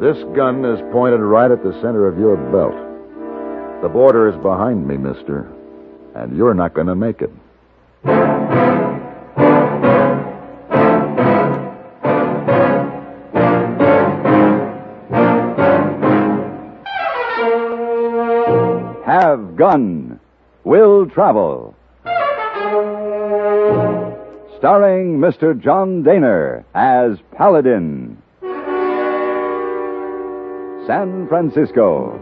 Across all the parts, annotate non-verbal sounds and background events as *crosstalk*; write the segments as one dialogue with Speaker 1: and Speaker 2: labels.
Speaker 1: This gun is pointed right at the center of your belt. The border is behind me, mister, and you're not going to make it.
Speaker 2: Have Gun Will Travel. Starring Mr. John Daner as Paladin. San Francisco,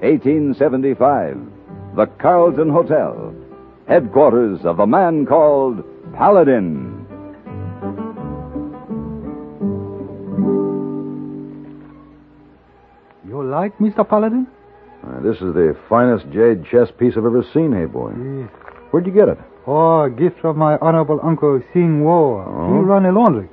Speaker 2: 1875. The Carlton Hotel, headquarters of a man called Paladin.
Speaker 3: You like Mr. Paladin?
Speaker 1: Uh, this is the finest jade chess piece I've ever seen, hey boy. Where'd you get it?
Speaker 3: Oh, a gift from my honorable uncle Sing Wo. He run a laundry.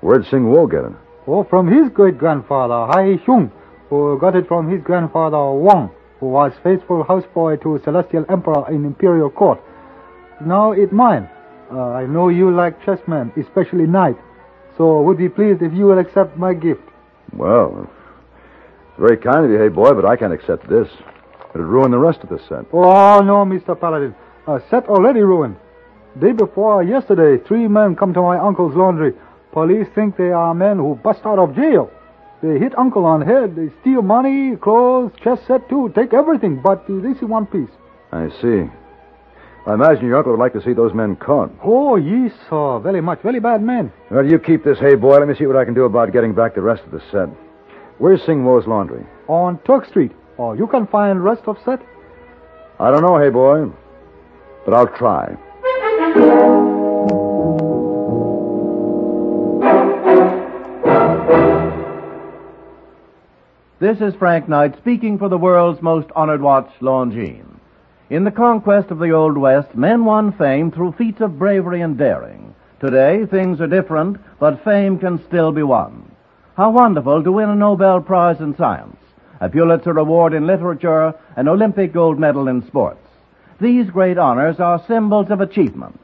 Speaker 1: Where'd Sing Wo get it?
Speaker 3: Oh, from his great grandfather, Hai Shung, who got it from his grandfather Wang, who was faithful houseboy to Celestial Emperor in Imperial Court. Now it mine. Uh, I know you like chessmen, especially knight, so would be pleased if you will accept my gift.
Speaker 1: Well, it's very kind of you, hey boy, but I can't accept this. It'd ruin the rest of the set.
Speaker 3: Oh, no, Mr. Paladin. A set already ruined. Day before yesterday, three men come to my uncle's laundry. Police think they are men who bust out of jail. They hit uncle on head. They steal money, clothes, chess set too. Take everything, but uh, this is one piece.
Speaker 1: I see. I imagine your uncle would like to see those men caught.
Speaker 3: Oh, yes, sir. Very much. Very bad man.
Speaker 1: Well, you keep this, hey boy. Let me see what I can do about getting back the rest of the set. Where's Sing Wo's laundry?
Speaker 3: On Turk Street. Or you can find rest of set.
Speaker 1: I don't know, hey boy, but I'll try.
Speaker 4: This is Frank Knight speaking for the world's most honored watch, Longines. In the conquest of the Old West, men won fame through feats of bravery and daring. Today, things are different, but fame can still be won. How wonderful to win a Nobel Prize in Science, a Pulitzer Award in Literature, an Olympic gold medal in sports. These great honors are symbols of achievement.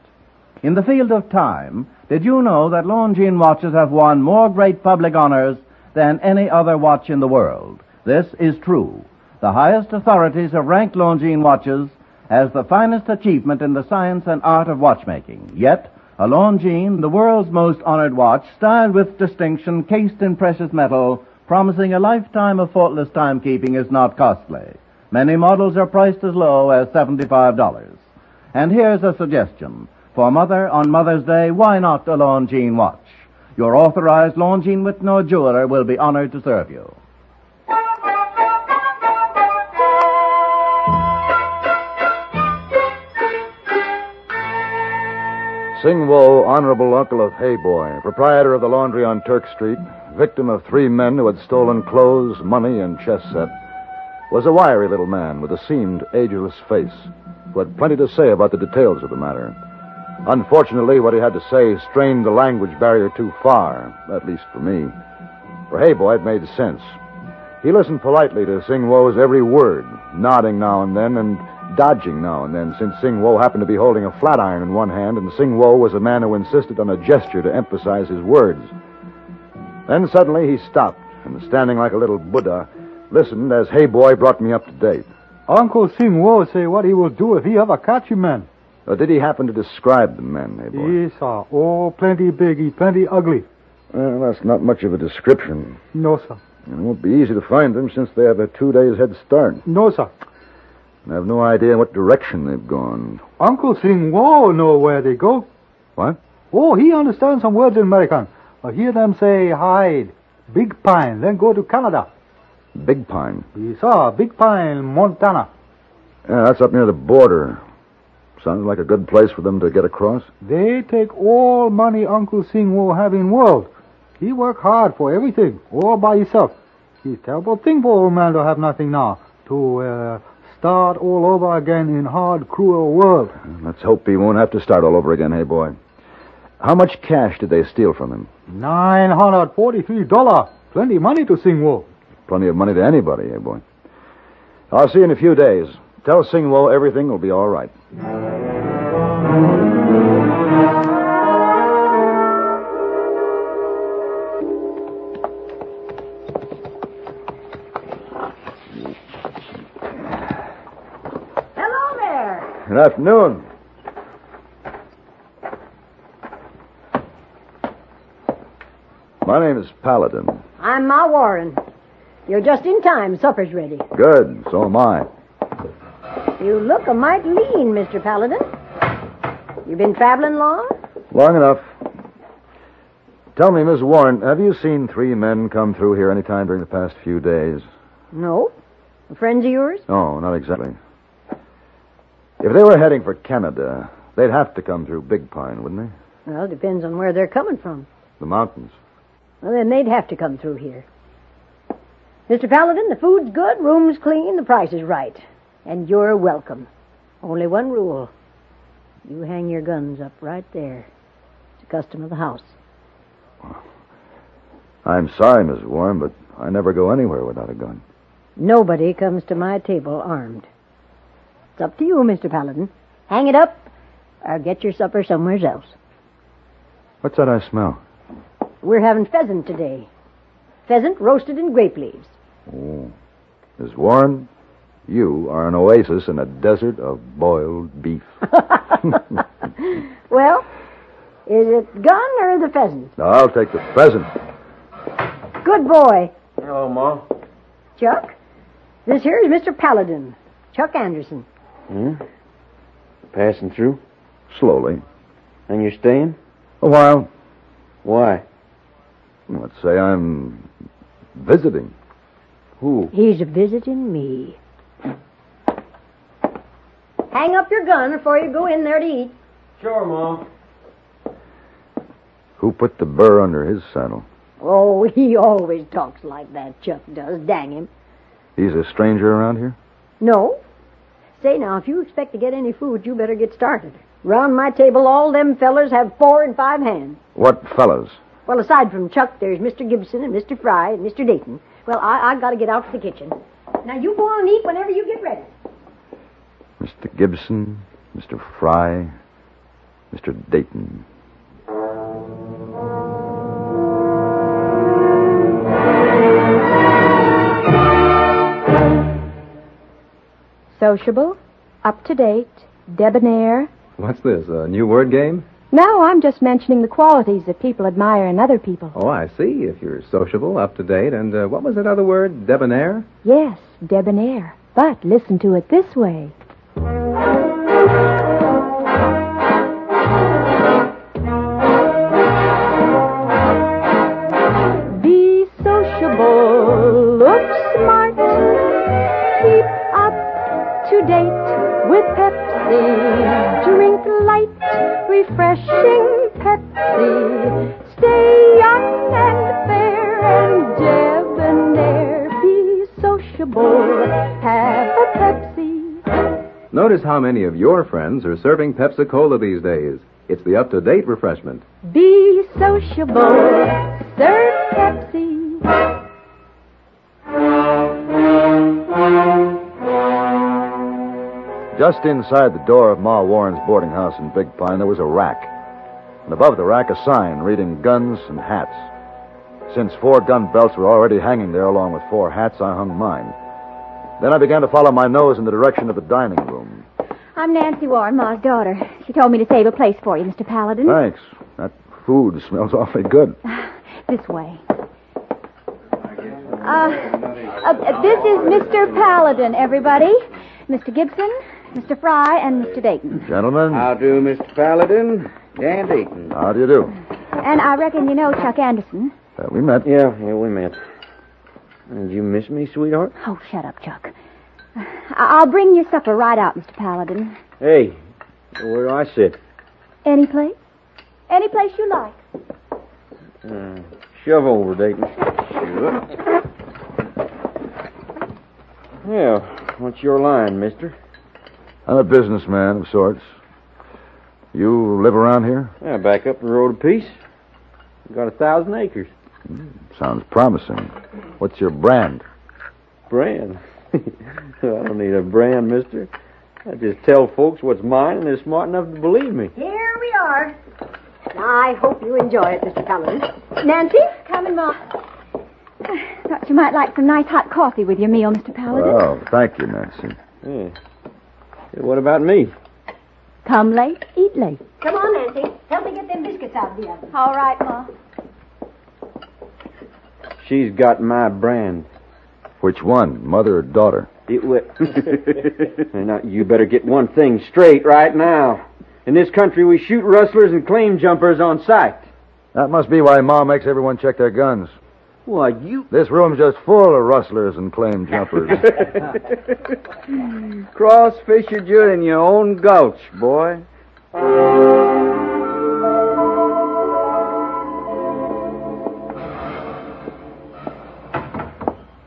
Speaker 4: In the field of time, did you know that Longines watches have won more great public honors than any other watch in the world? This is true. The highest authorities have ranked Longines watches as the finest achievement in the science and art of watchmaking. Yet, a Longines, the world's most honored watch, styled with distinction, cased in precious metal, promising a lifetime of faultless timekeeping, is not costly. Many models are priced as low as $75. And here's a suggestion. For Mother, on Mother's Day, why not a Longines watch? Your authorized Longines Whitnor jeweler will be honored to serve you.
Speaker 1: Sing Wo, honorable uncle of Hey Boy, proprietor of the laundry on Turk Street, victim of three men who had stolen clothes, money, and chess set, was a wiry little man with a seamed, ageless face who had plenty to say about the details of the matter. Unfortunately, what he had to say strained the language barrier too far, at least for me. For Hey Boy, it made sense. He listened politely to Sing Wo's every word, nodding now and then and dodging now and then, since Sing Wo happened to be holding a flat iron in one hand, and Sing Wo was a man who insisted on a gesture to emphasize his words. Then suddenly he stopped, and standing like a little Buddha, listened as Hey Boy brought me up to date.
Speaker 3: Uncle Sing Wo say what he will do if he ever catch a man.
Speaker 1: Now, did he happen to describe the men, Hey Boy?
Speaker 3: Yes, sir. Oh, plenty big, he plenty ugly.
Speaker 1: Well, that's not much of a description.
Speaker 3: No, sir.
Speaker 1: It won't be easy to find them since they have a two days head start.
Speaker 3: No, sir.
Speaker 1: And I have no idea what direction they've gone.
Speaker 3: Uncle Sing Wo know where they go.
Speaker 1: What?
Speaker 3: Oh, he understands some words in American. I hear them say hide, big pine, then go to Canada.
Speaker 1: Big Pine.
Speaker 3: Yes, sir. Big Pine, Montana.
Speaker 1: Yeah, that's up near the border. Sounds like a good place for them to get across.
Speaker 3: They take all money Uncle Sing Wo have in world. He work hard for everything, all by himself. He terrible thing for old man to have nothing now, to uh, start all over again in hard, cruel world.
Speaker 1: Let's hope he won't have to start all over again, hey boy. How much cash did they steal from him?
Speaker 3: Nine hundred forty-three dollar, plenty money to Sing Wo.
Speaker 1: Plenty of money to anybody, hey boy. I'll see you in a few days. Tell Singwo everything will be all right. Good afternoon. My name is Paladin.
Speaker 5: I'm Ma Warren. You're just in time. Supper's ready.
Speaker 1: Good, so am I.
Speaker 5: You look a mite lean, Mr. Paladin. You been traveling long?
Speaker 1: Long enough. Tell me, Miss Warren, have you seen three men come through here any time during the past few days?
Speaker 5: No. Friends of yours?
Speaker 1: No, not exactly. If they were heading for Canada, they'd have to come through Big Pine, wouldn't they?
Speaker 5: Well, depends on where they're coming from.
Speaker 1: The mountains.
Speaker 5: Well, then they'd have to come through here. Mr. Paladin, the food's good, room's clean, the price is right. And you're welcome. Only one rule. You hang your guns up right there. It's a custom of the house.
Speaker 1: I'm sorry, Miss Warren, but I never go anywhere without a gun.
Speaker 5: Nobody comes to my table armed. It's up to you, Mr. Paladin. Hang it up or get your supper somewhere else.
Speaker 1: What's that I smell?
Speaker 5: We're having pheasant today. Pheasant roasted in grape leaves. *laughs*
Speaker 1: Oh. Miss Warren, you are an oasis in a desert of boiled beef.
Speaker 5: Well, is it gun or the pheasant?
Speaker 1: Now, I'll take the pheasant.
Speaker 5: Good boy.
Speaker 4: Hello, Ma.
Speaker 5: Chuck, this here is Mr. Paladin, Chuck Anderson.
Speaker 6: Hmm? Passing through?
Speaker 1: Slowly.
Speaker 6: And you're staying?
Speaker 1: A while.
Speaker 6: Why?
Speaker 1: Let's say I'm visiting.
Speaker 6: Who?
Speaker 5: He's visiting me. Hang up your gun before you go in there to eat.
Speaker 6: Sure, Ma.
Speaker 1: Who put the burr under his saddle?
Speaker 5: Oh, *laughs* he always talks like that, Chuck does. Dang him.
Speaker 1: He's a stranger around here?
Speaker 5: No. Say now, if you expect to get any food, you better get started. Round my table, all them fellers have four and five hands.
Speaker 1: What fellows?
Speaker 5: Well, aside from Chuck, there's Mr. Gibson and Mr. Fry and Mr. Dayton. Well, I, I gotta get out to the kitchen. Now, you go on and eat whenever you get ready.
Speaker 1: Mr. Gibson, Mr. Fry, Mr. Dayton.
Speaker 7: sociable, up to date, debonair.
Speaker 8: What's this, a new word game?
Speaker 7: No, I'm just mentioning the qualities that people admire in other people.
Speaker 8: Oh, I see. If you're sociable, up to date, and uh, what was that other word? Debonair?
Speaker 7: Yes, debonair. But listen to it this way. Be sociable, look smart, keep up to date with Pepsi, drink light, refreshing Pepsi, stay young and fair and debonair, be sociable, have a Pepsi.
Speaker 8: Notice how many of your friends are serving Pepsi Cola these days. It's the up to date refreshment.
Speaker 7: Be sociable. Serve Pepsi.
Speaker 1: Just inside the door of Ma Warren's boarding house in Big Pine, there was a rack. And above the rack, a sign reading guns and hats. Since four gun belts were already hanging there along with four hats, I hung mine. Then I began to follow my nose in the direction of the dining room.
Speaker 9: I'm Nancy Warren, Ma's daughter. She told me to save a place for you, Mr. Paladin.
Speaker 1: Thanks. That food smells *laughs* awfully good.
Speaker 9: This way. Uh, uh, this is Mr. Paladin, everybody. Mr. Gibson, Mr. Fry, and Mr. Dayton.
Speaker 1: Gentlemen,
Speaker 6: How do, Mr. Paladin? Dan Dayton.
Speaker 1: how do you do?
Speaker 9: And I reckon you know Chuck Anderson.
Speaker 1: Uh, we met.
Speaker 6: Yeah, yeah, we met. Did you miss me, sweetheart?
Speaker 9: Oh, shut up, Chuck. I- I'll bring your supper right out, Mr. Paladin.
Speaker 6: Hey, where do I sit?
Speaker 9: Any place? Any place you like.
Speaker 6: Shove over, Dayton. Uh, Sure. Yeah, what's your line, mister?
Speaker 1: I'm a businessman of sorts. You live around here?
Speaker 6: Yeah, back up the road a piece. Got a thousand acres.
Speaker 1: Sounds promising. What's your brand?
Speaker 6: Brand. *laughs* I don't need a brand, mister. I just tell folks what's mine and they're smart enough to believe me.
Speaker 5: Here we are. I hope you enjoy it, Mr. Paladin. Nancy?
Speaker 9: Come in, Ma. Thought you might like some nice hot coffee with your meal, Mr. Paladin.
Speaker 1: Well, thank you, Nancy.
Speaker 6: Yeah. Hey, What about me?
Speaker 7: Come late, eat late.
Speaker 5: Come on, Nancy. Help me get them biscuits out of the oven.
Speaker 9: All right, Ma.
Speaker 6: She's got my brand.
Speaker 1: Which one, mother or daughter?
Speaker 6: It *laughs* will. now, you better get one thing straight right now. In this country, we shoot rustlers and claim jumpers on sight.
Speaker 1: That must be why Ma makes everyone check their guns.
Speaker 6: Why, you.
Speaker 1: This room's just full of rustlers and claim jumpers.
Speaker 6: Cross fissured you in your own gulch, boy.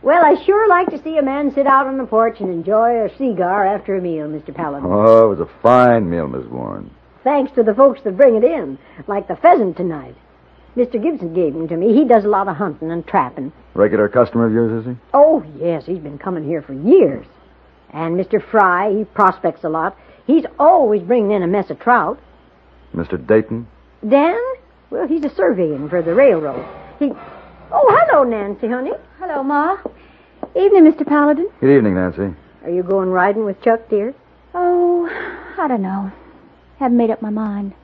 Speaker 5: Well, I sure like to see a man sit out on the porch and enjoy a cigar after a meal, Mr. Paladin.
Speaker 1: oh, it was a fine meal, Miss Warren.
Speaker 5: Thanks to the folks that bring it in, like the pheasant tonight. Mr. Gibson gave him to me. He does a lot of hunting and trapping.
Speaker 1: Regular customer of yours, is he?
Speaker 5: Oh, yes, he's been coming here for years. And Mr. Fry, he prospects a lot. He's always bringing in a mess of trout.
Speaker 1: Mr. Dayton?
Speaker 5: Dan? Well, he's a surveying for the railroad. He. Oh, hello, Nancy, honey.
Speaker 9: Hello, Ma. Evening, Mr. Paladin.
Speaker 1: Good evening, Nancy.
Speaker 5: Are you going riding with Chuck, dear?
Speaker 9: Oh, I don't know. Haven't made up my mind.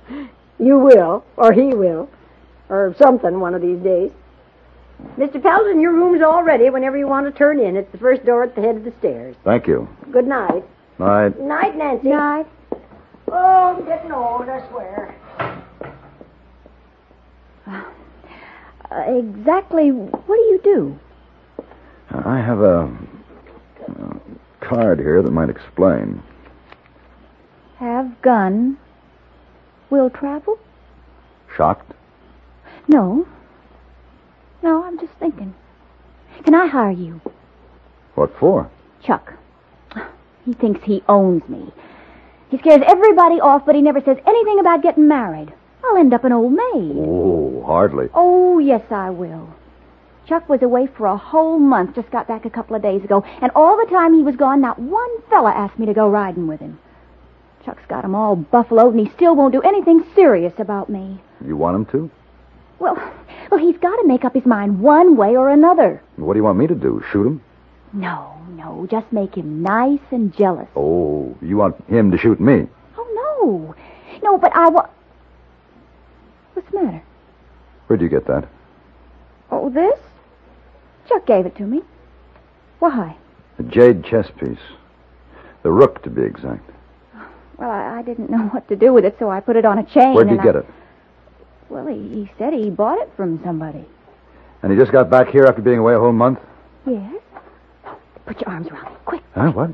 Speaker 5: *laughs* you will, or he will, or something one of these days. Mr. Paladin, your room's all ready whenever you want to turn in. It's the first door at the head of the stairs.
Speaker 1: Thank you.
Speaker 5: Good night.
Speaker 1: Night.
Speaker 5: Night, Nancy.
Speaker 9: Night.
Speaker 5: Oh, I'm getting old, I swear.
Speaker 9: Uh, exactly what do you do?
Speaker 1: I have a, a card here that might explain.
Speaker 9: Have gun. Will travel?
Speaker 1: Shocked?
Speaker 9: No. No, I'm just thinking. Can I hire you?
Speaker 1: What for?
Speaker 9: Chuck. He thinks he owns me. He scares everybody off, but he never says anything about getting married. I'll end up an old maid.
Speaker 1: Oh, hardly.
Speaker 9: Oh, yes, I will. Chuck was away for a whole month, just got back a couple of days ago, and all the time he was gone, not one fella asked me to go riding with him. Chuck's got 'em all buffaloed, and he still won't do anything serious about me.
Speaker 1: You want him to?
Speaker 9: Well, well, he's got to make up his mind one way or another.
Speaker 1: What do you want me to do? Shoot him?
Speaker 9: No, no, just make him nice and jealous.
Speaker 1: Oh, you want him to shoot me?
Speaker 9: Oh, no. No, but I wa. What's the matter?
Speaker 1: Where'd you get that?
Speaker 9: Oh, this? Chuck gave it to me. Why?
Speaker 1: A jade chess piece. The rook, to be exact.
Speaker 9: Well, I, I didn't know *laughs* what to do with it, so I put it on a chain.
Speaker 1: Where'd you
Speaker 9: and
Speaker 1: get
Speaker 9: I-
Speaker 1: it?
Speaker 9: Well, he, he said he bought it from somebody.
Speaker 1: And he just got back here after being away a whole month?
Speaker 9: Yes? Put your arms around me, quick. *gasps*
Speaker 1: Huh? What?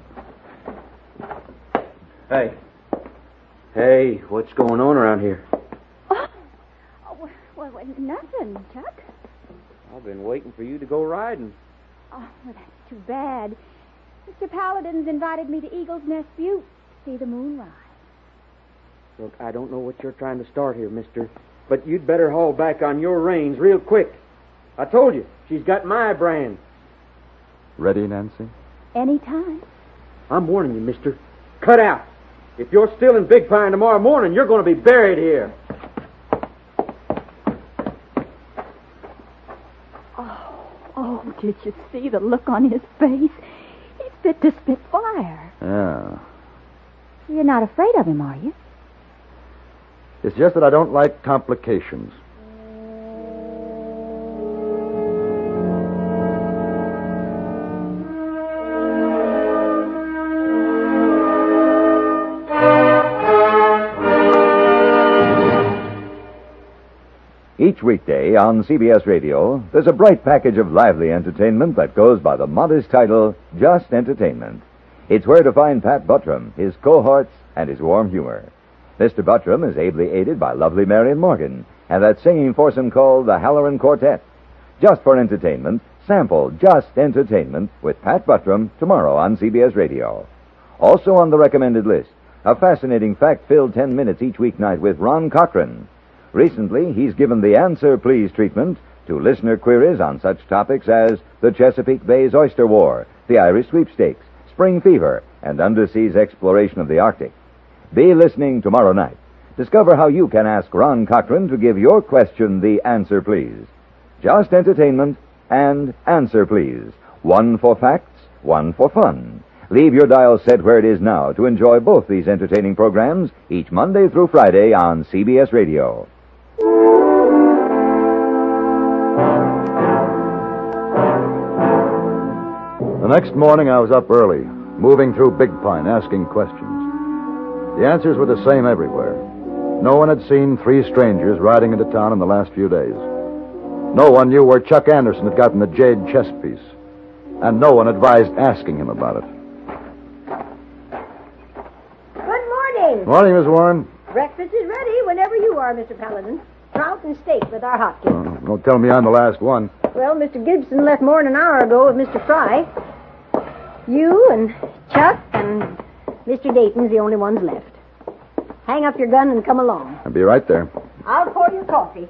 Speaker 6: Hey. Hey, what's going on around here?
Speaker 9: Oh, oh well, well, nothing, Chuck.
Speaker 6: I've been waiting for you to go riding.
Speaker 9: Oh, well, that's too bad. Mr. Paladin's invited me to Eagle's Nest Butte to see the moon rise.
Speaker 6: Look, I don't know what you're trying to start here, mister, but you'd better haul back on your reins real quick. I told you, she's got my brand.
Speaker 1: Ready, Nancy?
Speaker 9: Any time.
Speaker 6: I'm warning you, mister. Cut out. If you're still in Big Pine tomorrow morning, you're going to be buried here.
Speaker 9: Oh, did you see the look on his face? He's fit to spit fire.
Speaker 1: Yeah.
Speaker 9: You're not afraid of him, are you?
Speaker 1: It's just that I don't like complications.
Speaker 2: Each weekday on CBS Radio, there's a bright package of lively entertainment that goes by the modest title, Just Entertainment. It's where to find Pat Buttram, his cohorts, and his warm humor. Mr. Buttram is ably aided by lovely Marion Morgan and that singing foursome called the Halloran Quartet. Just for entertainment, sample Just Entertainment with Pat Buttram tomorrow on CBS Radio. Also on the recommended list, a fascinating fact filled 10 minutes each weeknight with Ron Cochran. Recently, he's given the answer please treatment to listener queries on such topics as the Chesapeake Bay's Oyster War, the Irish sweepstakes, spring fever, and underseas exploration of the Arctic. Be listening tomorrow night. Discover how you can ask Ron Cochran to give your question the answer please. Just entertainment and answer please. One for facts, one for fun. Leave your dial set where it is now to enjoy both these entertaining programs each Monday through Friday on CBS Radio.
Speaker 1: The next morning, I was up early, moving through Big Pine, asking questions. The answers were the same everywhere. No one had seen three strangers riding into town in the last few days. No one knew where Chuck Anderson had gotten the jade chess piece, and no one advised asking him about it.
Speaker 5: Good morning.
Speaker 1: Morning, Miss Warren.
Speaker 5: Breakfast is ready whenever you are, Mr. Paladin. Trout and steak with our hotcakes.
Speaker 1: Oh, don't tell me I'm the last one.
Speaker 5: Well, Mr. Gibson left more than an hour ago with Mr. Fry. You and Chuck and Mr. Dayton's the only ones left. Hang up your gun and come along.
Speaker 1: I'll be right there.
Speaker 5: I'll pour you coffee.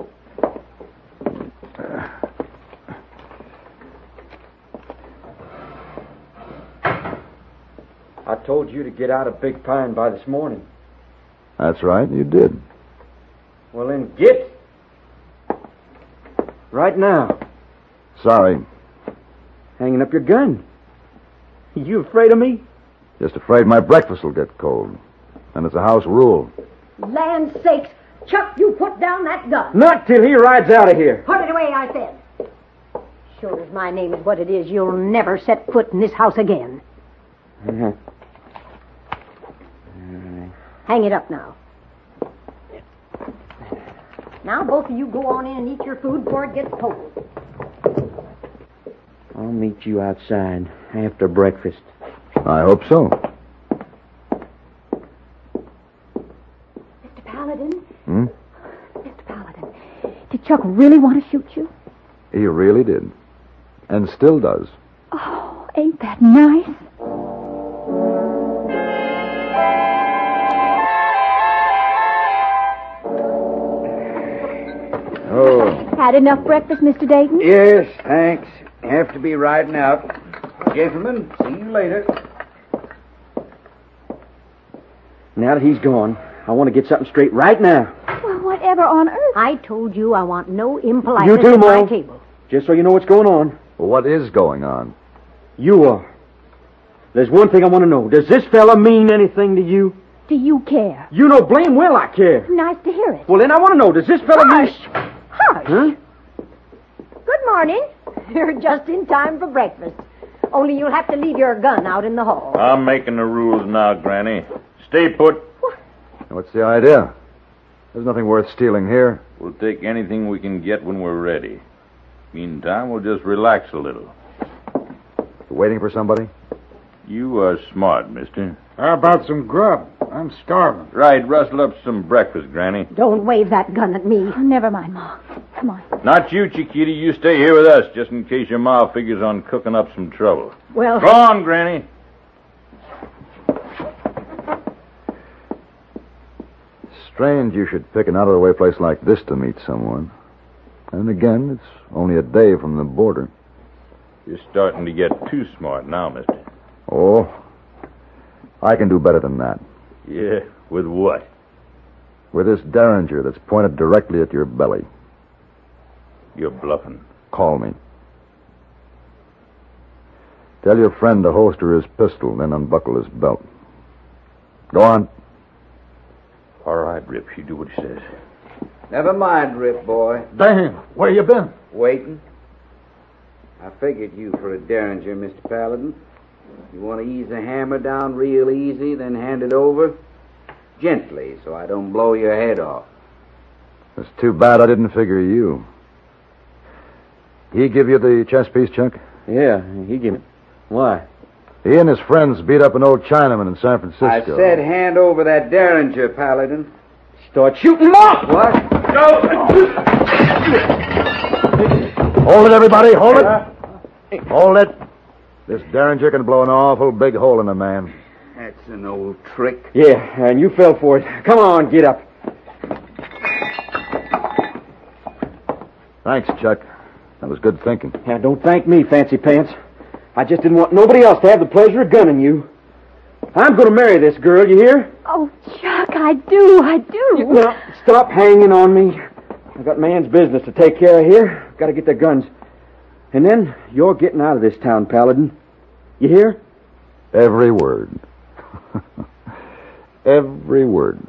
Speaker 6: I told you to get out of Big Pine by this morning.
Speaker 1: That's right, you did.
Speaker 6: Well, then get. Right now.
Speaker 1: Sorry.
Speaker 6: Hanging up your gun. You afraid of me?
Speaker 1: Just afraid my breakfast will get cold. And it's a house rule.
Speaker 5: Land sakes. Chuck, you put down that gun.
Speaker 6: Not till he rides out of here.
Speaker 5: Put it away, I said. Sure as my name is what it is, you'll never set foot in this house again. Hang it up now. Now, both of you go on in and eat your food before it gets cold.
Speaker 6: I'll meet you outside after breakfast.
Speaker 1: I hope so.
Speaker 9: Mr. Paladin,
Speaker 1: Hmm?
Speaker 9: Mr. Paladin, did Chuck really want to shoot you?
Speaker 1: He really did. And still does.
Speaker 9: Oh, ain't that nice?
Speaker 6: Oh.
Speaker 9: Had enough breakfast, Mr. Dayton?
Speaker 6: Yes, thanks. Have to be riding out. Gentlemen, see you later. Now that he's gone, I want to get something straight right now.
Speaker 9: Well, whatever on earth.
Speaker 5: I told you I want no impoliteness
Speaker 6: You too,
Speaker 5: at my
Speaker 6: Mom.
Speaker 5: table.
Speaker 6: Just so you know what's going on.
Speaker 1: Well, what is going on?
Speaker 6: You are. There's one thing I want to know. Does this fella mean anything to you?
Speaker 9: Do you care?
Speaker 6: You know blame well I care.
Speaker 9: Nice to hear it.
Speaker 6: Well, then I want to know. Does this fella mean...
Speaker 5: Hush.
Speaker 6: Huh?
Speaker 5: Good morning. *laughs* You're just in time for breakfast. Only you'll have to leave your gun out in the hall.
Speaker 10: I'm making the rules now, Granny. Stay put.
Speaker 1: What's the idea? There's nothing worth stealing here.
Speaker 10: We'll take anything we can get when we're ready. Meantime, we'll just relax a little.
Speaker 1: Waiting for somebody?
Speaker 10: You are smart, mister.
Speaker 3: How about some grub? I'm starving.
Speaker 10: Right, rustle up some breakfast, Granny.
Speaker 5: Don't wave that gun at me.
Speaker 9: Oh, never mind, Ma. Come on.
Speaker 10: Not you, Chiquita. You stay here with us, just in case your ma figures on cooking up some trouble.
Speaker 5: Well,
Speaker 10: Go on, Granny.
Speaker 1: Strange you should pick an out of the way place like this to meet someone. And again, it's only a day from the border.
Speaker 10: You're starting to get too smart now, mister.
Speaker 1: Oh, I can do better than that.
Speaker 10: Yeah, with what?
Speaker 1: With this derringer that's pointed directly at your belly.
Speaker 10: You're bluffing.
Speaker 1: Call me. Tell your friend to holster his pistol, then unbuckle his belt. Go on.
Speaker 10: All right, Rip, you do what he says.
Speaker 6: Never mind, Rip boy.
Speaker 3: Damn, where you been?
Speaker 6: Waiting. I figured you for a derringer, Mr. Paladin. You want to ease the hammer down real easy, then hand it over? Gently, so I don't blow your head off.
Speaker 1: It's too bad I didn't figure you. He give you the chess piece, Chuck?
Speaker 6: Yeah, he gave it. Why?
Speaker 1: He and his friends beat up an old Chinaman in San Francisco.
Speaker 2: I said hand over that derringer, Paladin.
Speaker 6: Start shooting him off! What?
Speaker 1: Hold it, everybody. Hold it. Hold it. This derringer can blow an awful big hole in a man.
Speaker 2: That's an old trick.
Speaker 6: Yeah, and you fell for it. Come on, get up.
Speaker 1: Thanks, Chuck. That was good thinking.
Speaker 6: Now, don't thank me, Fancy Pants. I just didn't want nobody else to have the pleasure of gunning you. I'm going to marry this girl, you hear?
Speaker 9: Oh, Chuck, I do, I do.
Speaker 6: Now, stop hanging on me. I've got man's business to take care of here. Got to get their guns. And then you're getting out of this town, Paladin. You hear?
Speaker 11: Every word. *laughs* Every word.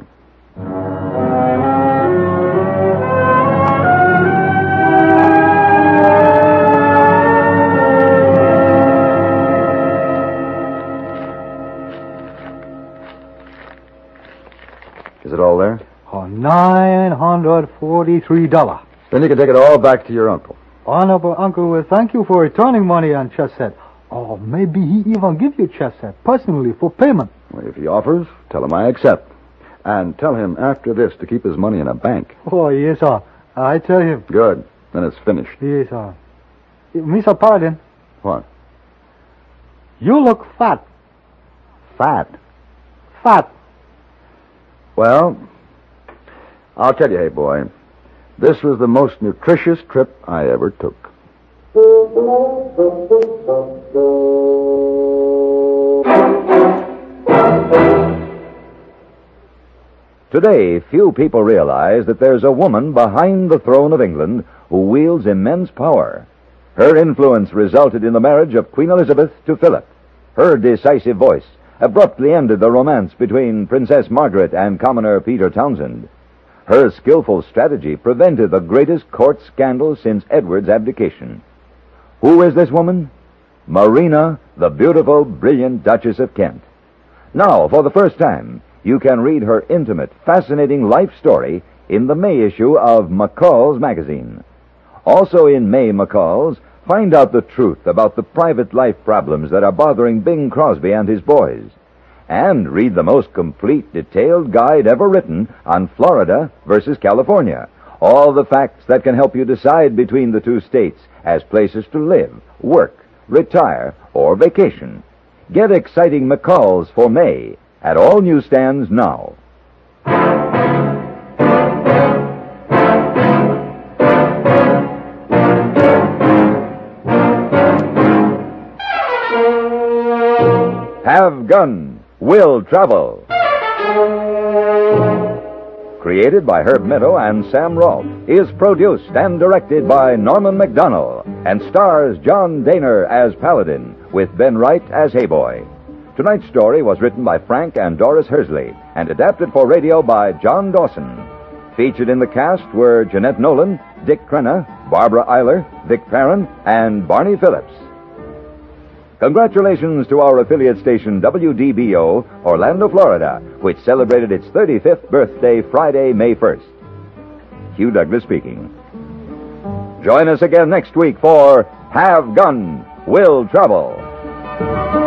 Speaker 11: Is it all there?
Speaker 3: For $943.
Speaker 11: Then you can take it all back to your uncle.
Speaker 3: Honorable uncle will thank you for returning money on chess set. Or maybe he even give you chess set personally for payment.
Speaker 11: Well, if he offers, tell him I accept. And tell him after this to keep his money in a bank.
Speaker 3: Oh, yes, sir. I tell him.
Speaker 11: Good. Then it's finished.
Speaker 3: Yes, sir. Mr. Paladin,
Speaker 11: What?
Speaker 3: you look fat.
Speaker 11: Fat.
Speaker 3: Fat.
Speaker 11: Well, I'll tell you, hey boy, this was the most nutritious trip I ever took.
Speaker 1: Today, few people realize that there's a woman behind the throne of England who wields immense power. Her influence resulted in the marriage of Queen Elizabeth to Philip. Her decisive voice abruptly ended the romance between Princess Margaret and commoner Peter Townsend. Her skillful strategy prevented the greatest court scandal since Edward's abdication. Who is this woman? Marina, the beautiful, brilliant Duchess of Kent. Now, for the first time, you can read her intimate, fascinating life story in the May issue of McCall's magazine. Also in May McCall's, find out the truth about the private life problems that are bothering Bing Crosby and his boys. And read the most complete, detailed guide ever written on Florida versus California. All the facts that can help you decide between the two states as places to live, work, retire, or vacation. Get exciting McCalls for May at all newsstands now. Have Gun Will Travel. Created by Herb Meadow and Sam Rolfe, is produced and directed by Norman McDonnell and stars John Daner as Paladin with Ben Wright as Hayboy. Tonight's story was written by Frank and Doris Hersley and adapted for radio by John Dawson. Featured in the cast were Jeanette Nolan, Dick Crenna, Barbara Eiler, Vic Perrin, and Barney Phillips. Congratulations to our affiliate station WDBO, Orlando, Florida, which celebrated its 35th birthday Friday, May 1st. Hugh Douglas speaking. Join us again next week for Have Gun, Will Travel.